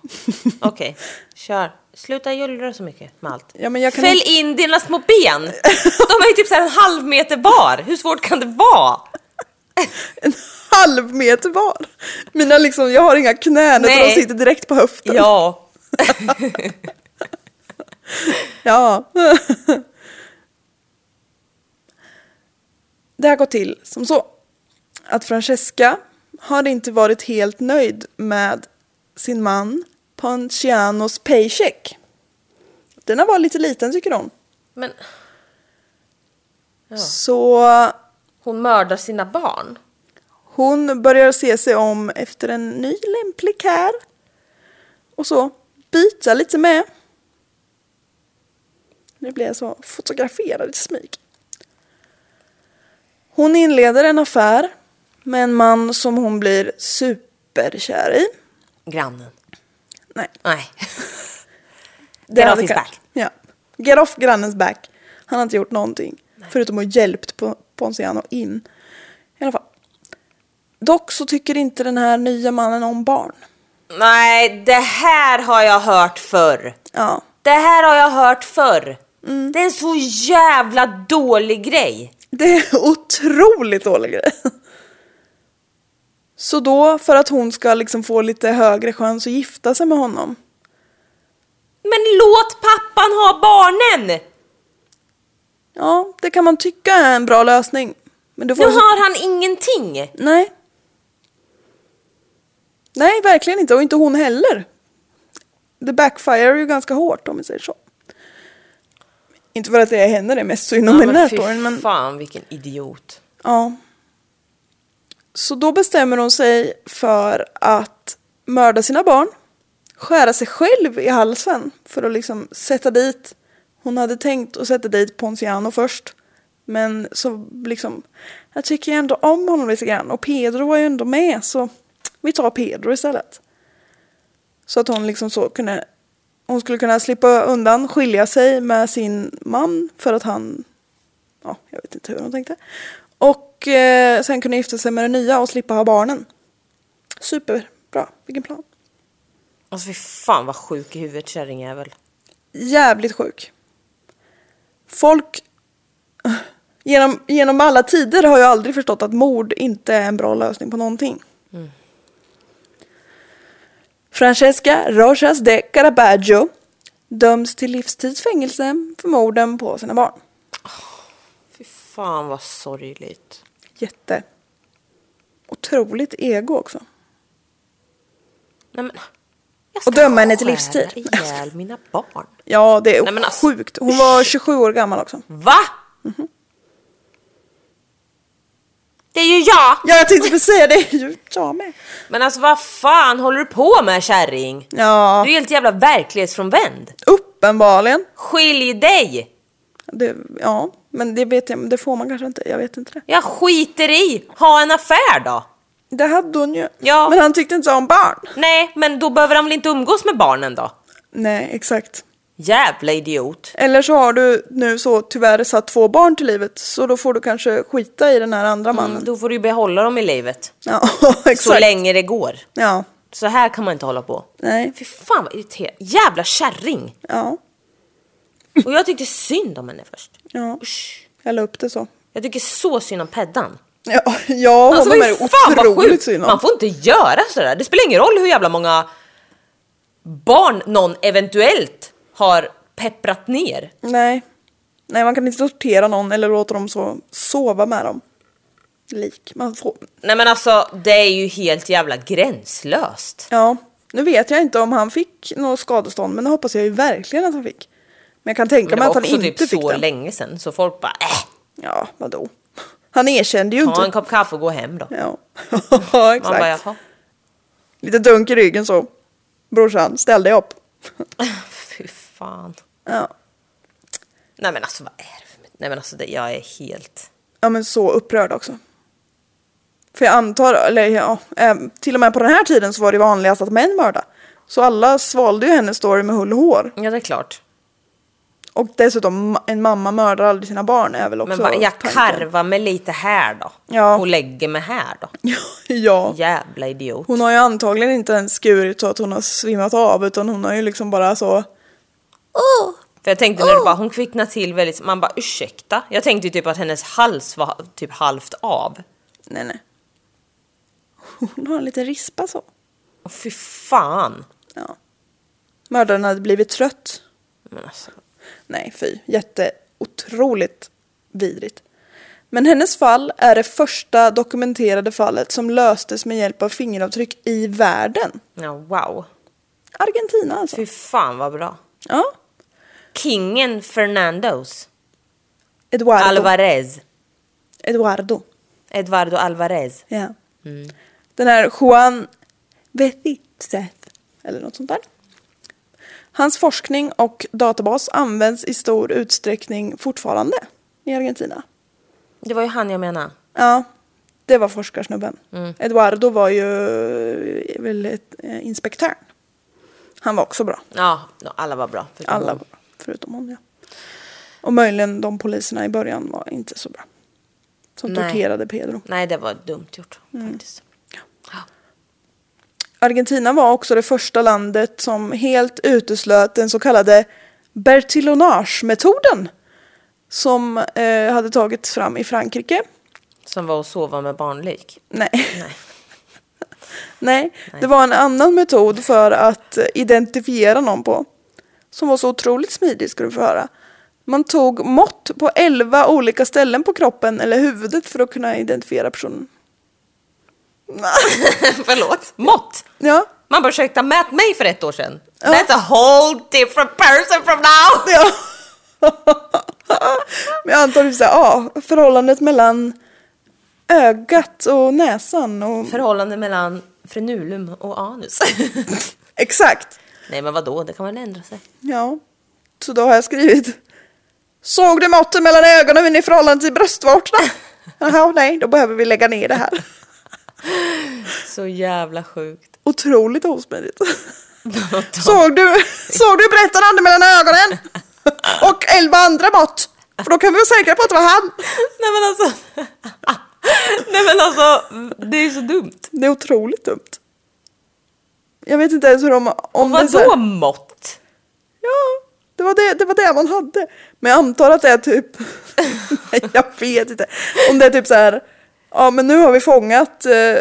S2: Okej, kör. Sluta jollra så mycket med allt.
S1: Ja, men jag kan
S2: Fäll
S1: inte-
S2: in dina små
S1: (laughs)
S2: ben! De är ju typ så här en halv meter var. Hur svårt kan det vara?
S1: En halv meter var. Mina liksom, jag har inga knän utan de
S2: Nej.
S1: sitter direkt på höften.
S2: Ja.
S1: Ja. Det här går till som så att Francesca har inte varit helt nöjd med sin man Poncianos paycheck. Den har varit lite liten tycker hon.
S2: Men
S1: Så
S2: hon mördar sina barn.
S1: hon börjar se sig om efter en ny lämplig kär. Och så byta lite med. Nu blir jag så fotograferad i smyg. Hon inleder en affär med en man som hon blir superkär i.
S2: Grannen.
S1: Nej.
S2: Nej.
S1: (laughs) det hade
S2: Gratis
S1: kanske-
S2: back.
S1: Ja. Get off grannens back. Han har inte gjort någonting. Förutom att hjälpt Po- Ponziano in. I alla fall. Dock så tycker inte den här nya mannen om barn.
S2: Nej, det här har jag hört förr.
S1: Ja.
S2: Det här har jag hört förr.
S1: Mm.
S2: Det är en så jävla dålig grej.
S1: Det är en (laughs) otroligt dålig grej. Så då, för att hon ska liksom få lite högre chans att gifta sig med honom.
S2: Men låt pappan ha barnen!
S1: Ja, det kan man tycka är en bra lösning. Men du får...
S2: Nu har han ingenting.
S1: Nej. Nej, verkligen inte. Och inte hon heller. Det backfire ju ganska hårt om vi säger så. Inte för att det är henne det är mest synd om i den här storyn, men...
S2: fan vilken idiot.
S1: Ja. Så då bestämmer hon sig för att mörda sina barn, skära sig själv i halsen för att liksom sätta dit. Hon hade tänkt att sätta dit Ponziano först. Men så liksom, jag tycker ju ändå om honom lite grann och Pedro var ju ändå med så vi tar Pedro istället. Så att hon liksom så kunde, hon skulle kunna slippa undan, skilja sig med sin man för att han ja, jag vet inte hur hon tänkte. Och eh, sen kunna gifta sig med den nya och slippa ha barnen. Superbra, vilken plan.
S2: Alltså fy fan vad sjuk i huvudet kärringjävel.
S1: Jävligt sjuk. Folk (sighs) genom, genom alla tider har ju aldrig förstått att mord inte är en bra lösning på någonting. Francesca Rojas de Carabaggio döms till livstidsfängelse för morden på sina barn.
S2: Fy fan vad sorgligt.
S1: Jätte. Otroligt ego också.
S2: Nej, men, jag
S1: Och döma henne till livstid.
S2: skära ihjäl mina barn.
S1: Ja, det är
S2: Nej, men alltså-
S1: sjukt. Hon var 27 år gammal också.
S2: Va? Det är ju jag!
S1: Ja, jag tänkte precis säga det. (laughs) Ju, Jag med.
S2: Men alltså vad fan håller du på med kärring? Du
S1: Ja,
S2: är helt jävla verklighetsfrånvänd.
S1: uppenbarligen.
S2: Skilj dig!
S1: Det, ja, men det vet jag. Det får man kanske inte. Jag vet inte det.
S2: Jag skiter i! Ha en affär då!
S1: Det hade hon ju.
S2: Ja.
S1: Men han tyckte inte så om barn.
S2: Nej, men då behöver han väl inte umgås med barnen då?
S1: Nej, exakt.
S2: Jävla idiot.
S1: Eller så har du nu så tyvärr satt två barn till livet. Så då får du kanske skita i den här andra mannen.
S2: Då får du ju behålla dem i livet.
S1: Ja,
S2: Mm.
S1: (laughs)
S2: Så
S1: exakt.
S2: länge det går.
S1: Ja,
S2: Så här kan man inte hålla på.
S1: nej.
S2: Fy fan vad irriterande. Jävla kärring!
S1: Ja,
S2: Och jag tyckte synd om henne först.
S1: ja.
S2: Usch.
S1: Jag la upp det så.
S2: Jag tycker så synd om Peddan.
S1: Ja, (laughs) ja
S2: Alltså,
S1: honom
S2: vad
S1: är det
S2: fan vad
S1: otroligt
S2: sjukt.
S1: synd om.
S2: Man får inte göra sådär. Det spelar ingen roll hur jävla många barn någon eventuellt har pepprat ner.
S1: Nej. Nej, man kan inte tortera någon eller låta dem så sova med dem. Lik. Man får...
S2: Nej men alltså det är ju helt jävla gränslöst.
S1: Ja. Nu vet jag inte om han fick något skadestånd, men det hoppas jag ju verkligen att han fick. Men jag kan tänka
S2: Men
S1: mig
S2: det
S1: att
S2: var
S1: han
S2: också
S1: inte
S2: typ så
S1: fick det.
S2: länge sedan så folk bara äh,
S1: Ja, vadå? Han erkände ju
S2: ta en
S1: inte.
S2: kopp kaffe och gå hem då.
S1: Ja, (laughs) ja
S2: Man bara
S1: exakt.
S2: jaha.
S1: Lite dunk i ryggen så. Brorsan, ställ dig upp. (laughs)
S2: (laughs) Fy fan.
S1: Ja.
S2: Nej men alltså vad är det för Nej men alltså det, jag är helt...
S1: ja, men så upprörd också. För jag antar, eller ja, eh, till och med på den här tiden så var det vanligast att män mördade. Så alla svalde ju hennes story med hull och hår.
S2: Ja det är klart.
S1: Och dessutom, ma- en mamma mördar aldrig sina barn är väl också
S2: Men bara, jag
S1: tanken.
S2: karvar mig lite här då.
S1: Ja.
S2: Och lägger mig här då.
S1: (laughs) ja.
S2: Jävla idiot.
S1: Hon har ju antagligen inte ens skurit så att hon har svimmat av utan hon har ju liksom bara så...
S2: Åh! För jag tänkte
S1: Oh!
S2: när du bara, hon kvicknade till väldigt, man bara ursäkta? Jag tänkte ju typ att hennes hals var typ halvt av.
S1: Nej, nej. (laughs) Hon har en liten rispa så.
S2: Åh, Fy fan!
S1: Ja. Mördaren hade blivit trött.
S2: Men alltså,
S1: Nej, fy. Jätte, otroligt vidrigt. Men hennes fall är det första dokumenterade fallet som löstes med hjälp av fingeravtryck i världen.
S2: ja wow.
S1: Argentina alltså.
S2: Fy fan vad bra.
S1: Ja.
S2: Kingen Fernandos.
S1: Eduardo.
S2: Alvarez.
S1: Eduardo.
S2: Eduardo Alvarez.
S1: Ja. Den här Juan Bethitzeff, eller något sånt där. Hans forskning och databas används i stor utsträckning fortfarande i Argentina.
S2: Det var ju han jag menade.
S1: Ja, det var forskarsnubben. Eduardo var ju eh, väl ett, eh, inspektör. Han var också bra.
S2: Ja, no, alla var bra. förutom
S1: Alla
S2: hon.
S1: var- förutom hon ja. Och möjligen de poliserna i början var inte så bra. Som
S2: Nej.
S1: torterade Pedro.
S2: Nej, det var dumt gjort
S1: Mm.
S2: faktiskt. Ja.
S1: Argentina var också det första landet som helt uteslöt den så kallade Bertillonage-metoden. Som eh, hade tagits fram i Frankrike.
S2: Som var att sova med barnlik. (laughs)
S1: Nej.
S2: Nej.
S1: (laughs) Nej, det var en annan metod för att eh, identifiera någon på. Som var så otroligt smidig ska du få höra. Man tog mått på 11 olika ställen på kroppen eller huvudet för att kunna identifiera personen. (laughs)
S2: Förlåt. Mått!
S1: Ja,
S2: Man bara ursäkta, mät mig för ett år sedan. That's a whole different person from now!
S1: ja. (laughs) Men jag antar att ja, förhållandet mellan ögat och näsan och...
S2: Förhållande mellan frenulum och (laughs) anus.
S1: Exakt!
S2: Nej men vadå, det kan väl ändra sig.
S1: Ja, så då har jag skrivit. Såg du måtten mellan ögonen i förhållande till bröstvårtorna? (laughs) Jaha, nej, då behöver vi lägga ner det här.
S2: Så jävla (laughs) sjukt.
S1: Otroligt osmidigt. Såg du, såg du berättaren handen mellan ögonen? Och elva andra mått? För då kan vi vara säkra på att det var han.
S2: Nej men alltså. (laughs) Nej men alltså, det är ju så dumt.
S1: Det är otroligt dumt. Jag vet inte ens hur de... Om det är så här-
S2: Vadå mått?
S1: Ja, det var det, det var det man hade. Men jag antar att det är typ... Nej, jag vet inte. Om det är typ så här... Ja, men nu har vi fångat eh,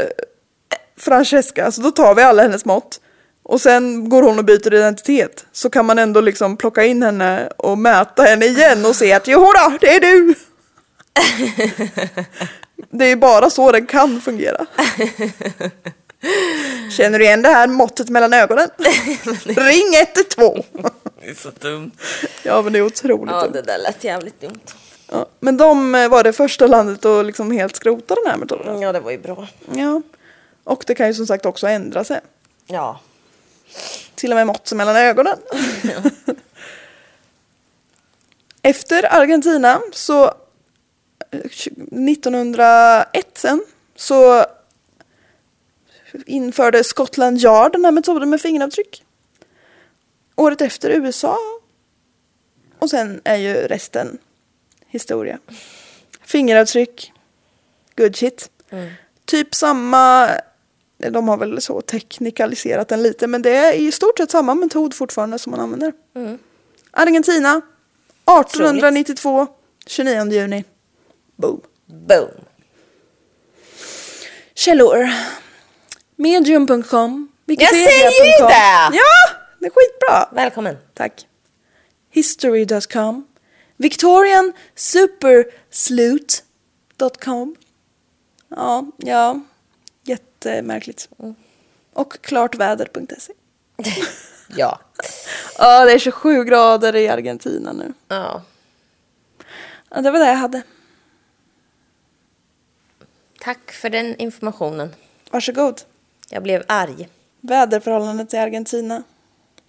S1: Francesca, så då tar vi alla hennes mått. Och sen går hon och byter identitet. Så kan man ändå liksom plocka in henne och mäta henne igen och se att jo då, det är du! Det är bara så den kan fungera. Känner du igen det här måttet mellan ögonen? Ring 112!
S2: Det är så dumt.
S1: Ja men det är otroligt.
S2: Ja
S1: dumt.
S2: det där lät jävligt dumt.
S1: Ja. Men de eh, var det första landet att liksom helt skrota den här metoden.
S2: Ja det var ju bra.
S1: Ja. Och det kan ju som sagt också ändra sig.
S2: Ja.
S1: Till och med mått mellan ögonen. (laughs) Efter Argentina så eh, 1901 sen så införde Scotland Yard den här metoden med fingeravtryck. Året efter USA. Och sen är ju resten historia. Fingeravtryck. Good shit. Typ samma, de har väl så teknikaliserat den lite men det är i stort sett samma metod fortfarande som man använder. Argentina 1892, 29 juni. Boom.
S2: Boom.
S1: Källor. Medium.com. Wikipedia.com.
S2: säger ju det!
S1: Ja, det är skitbra.
S2: Välkommen.
S1: Tack. History.com. Victorian Superslut.com. Ja, ja. Jättemärkligt. Och klartväder.se.
S2: (laughs) Ja.
S1: Ja, det är 27 grader i Argentina nu.
S2: Ja.
S1: Ja, det var det jag hade.
S2: Tack för den informationen.
S1: Varsågod.
S2: Jag blev arg.
S1: Väderförhållandet i Argentina.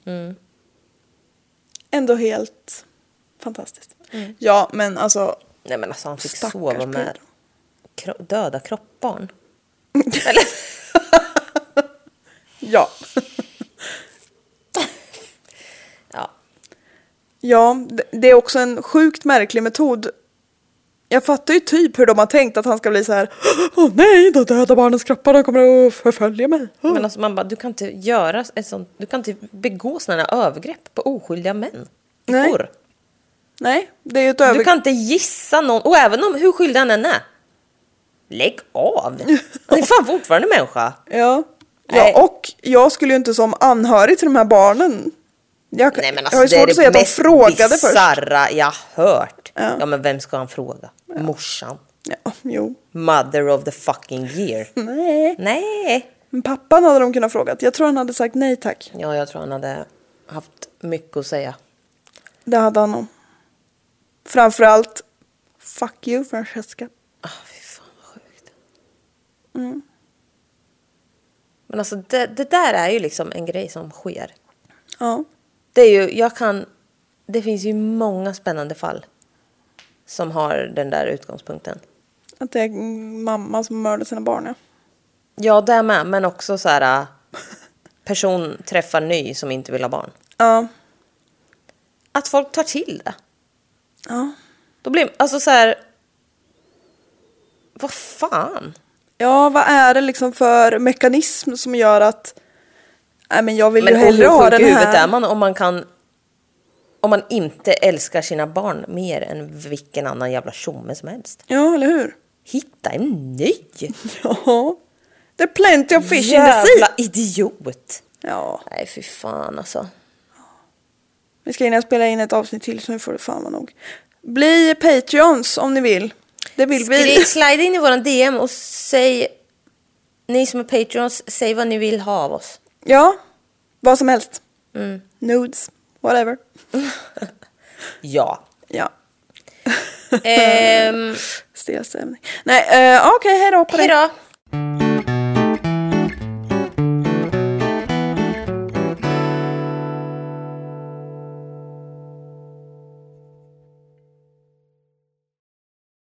S2: Mm.
S1: Ändå helt fantastiskt. Ja, men alltså
S2: Nej men alltså han Mm. fick
S1: Stackars
S2: sova med
S1: Pedro.
S2: kro- döda kroppbarn.
S1: Ja.
S2: Ja.
S1: Ja, det- det är också en sjukt märklig metod. Jag fattar ju typ hur de har tänkt att han ska bli så här. Åh nej, de döda barnens kroppar de kommer att förfölja mig.
S2: Men alltså man bara, du kan inte göra ett sånt, du kan inte begå sådana övergrepp på oskyldiga män.
S1: Nej.
S2: Or.
S1: Nej, det är ju ett
S2: Du
S1: övergrepp.
S2: kan inte gissa någon, och även om hur skyldig han än är. Lägg
S1: (laughs)
S2: av! Han är fan fortfarande människa.
S1: Ja.
S2: Nej.
S1: ja, och jag skulle ju inte som anhörig till de här barnen. Jag,
S2: Nej men
S1: jag har
S2: alltså
S1: ju
S2: det är
S1: svårt
S2: det
S1: att säga att de
S2: mest
S1: frågade först.
S2: bisarra jag hört.
S1: Ja.
S2: Ja. men vem ska han fråga? Morsan?
S1: Ja, jo.
S2: Mother of the fucking year?
S1: Nej.
S2: Nej!
S1: Men pappan hade de kunnat fråga. Jag tror han hade sagt nej tack.
S2: Ja, jag tror han hade haft mycket att säga.
S1: Det hade han nog. Framförallt, fuck you Francesca. Mm.
S2: Ah, fy fan vad sjukt. Men alltså det, det där är ju liksom en grej som sker.
S1: Ja.
S2: Det är ju, jag kan... Det finns ju många spännande fall som har den där utgångspunkten.
S1: Att det är mamma som mördar sina barn, ja.
S2: Ja, det med, men också så här... äh, Person träffar ny som inte vill ha barn.
S1: Ja.
S2: Att folk tar till det.
S1: Ja.
S2: Då blir alltså så här. Vad fan?
S1: Ja, vad är det liksom för mekanism som gör att... Nej men jag vill
S2: Men
S1: ju
S2: hur
S1: hellre ha
S2: sjuk
S1: den
S2: i huvudet är
S1: här.
S2: man om man kan... Om man inte älskar sina barn mer än vilken annan jävla tjomme som helst.
S1: Ja, eller hur? (laughs)
S2: Hitta en ny!
S1: Ja. Det är plenty of fish in the sea.
S2: Jävla idiot!
S1: Ja.
S2: Nej fy fan alltså.
S1: Vi ska hinna spela in ett avsnitt till så nu får det fan vara nog. Bli Patreons om ni vill. Det vill vi.
S2: Skri- Slide in i våran DM och säg... Ni som är patreons, säg vad ni vill ha av oss.
S1: Ja. Vad som helst. Nudes. Whatever.
S2: Ja.
S1: Ja.
S2: Ehm,
S1: Stel stämning. Nej, eh, okej, hej då på dig.
S2: hejdå!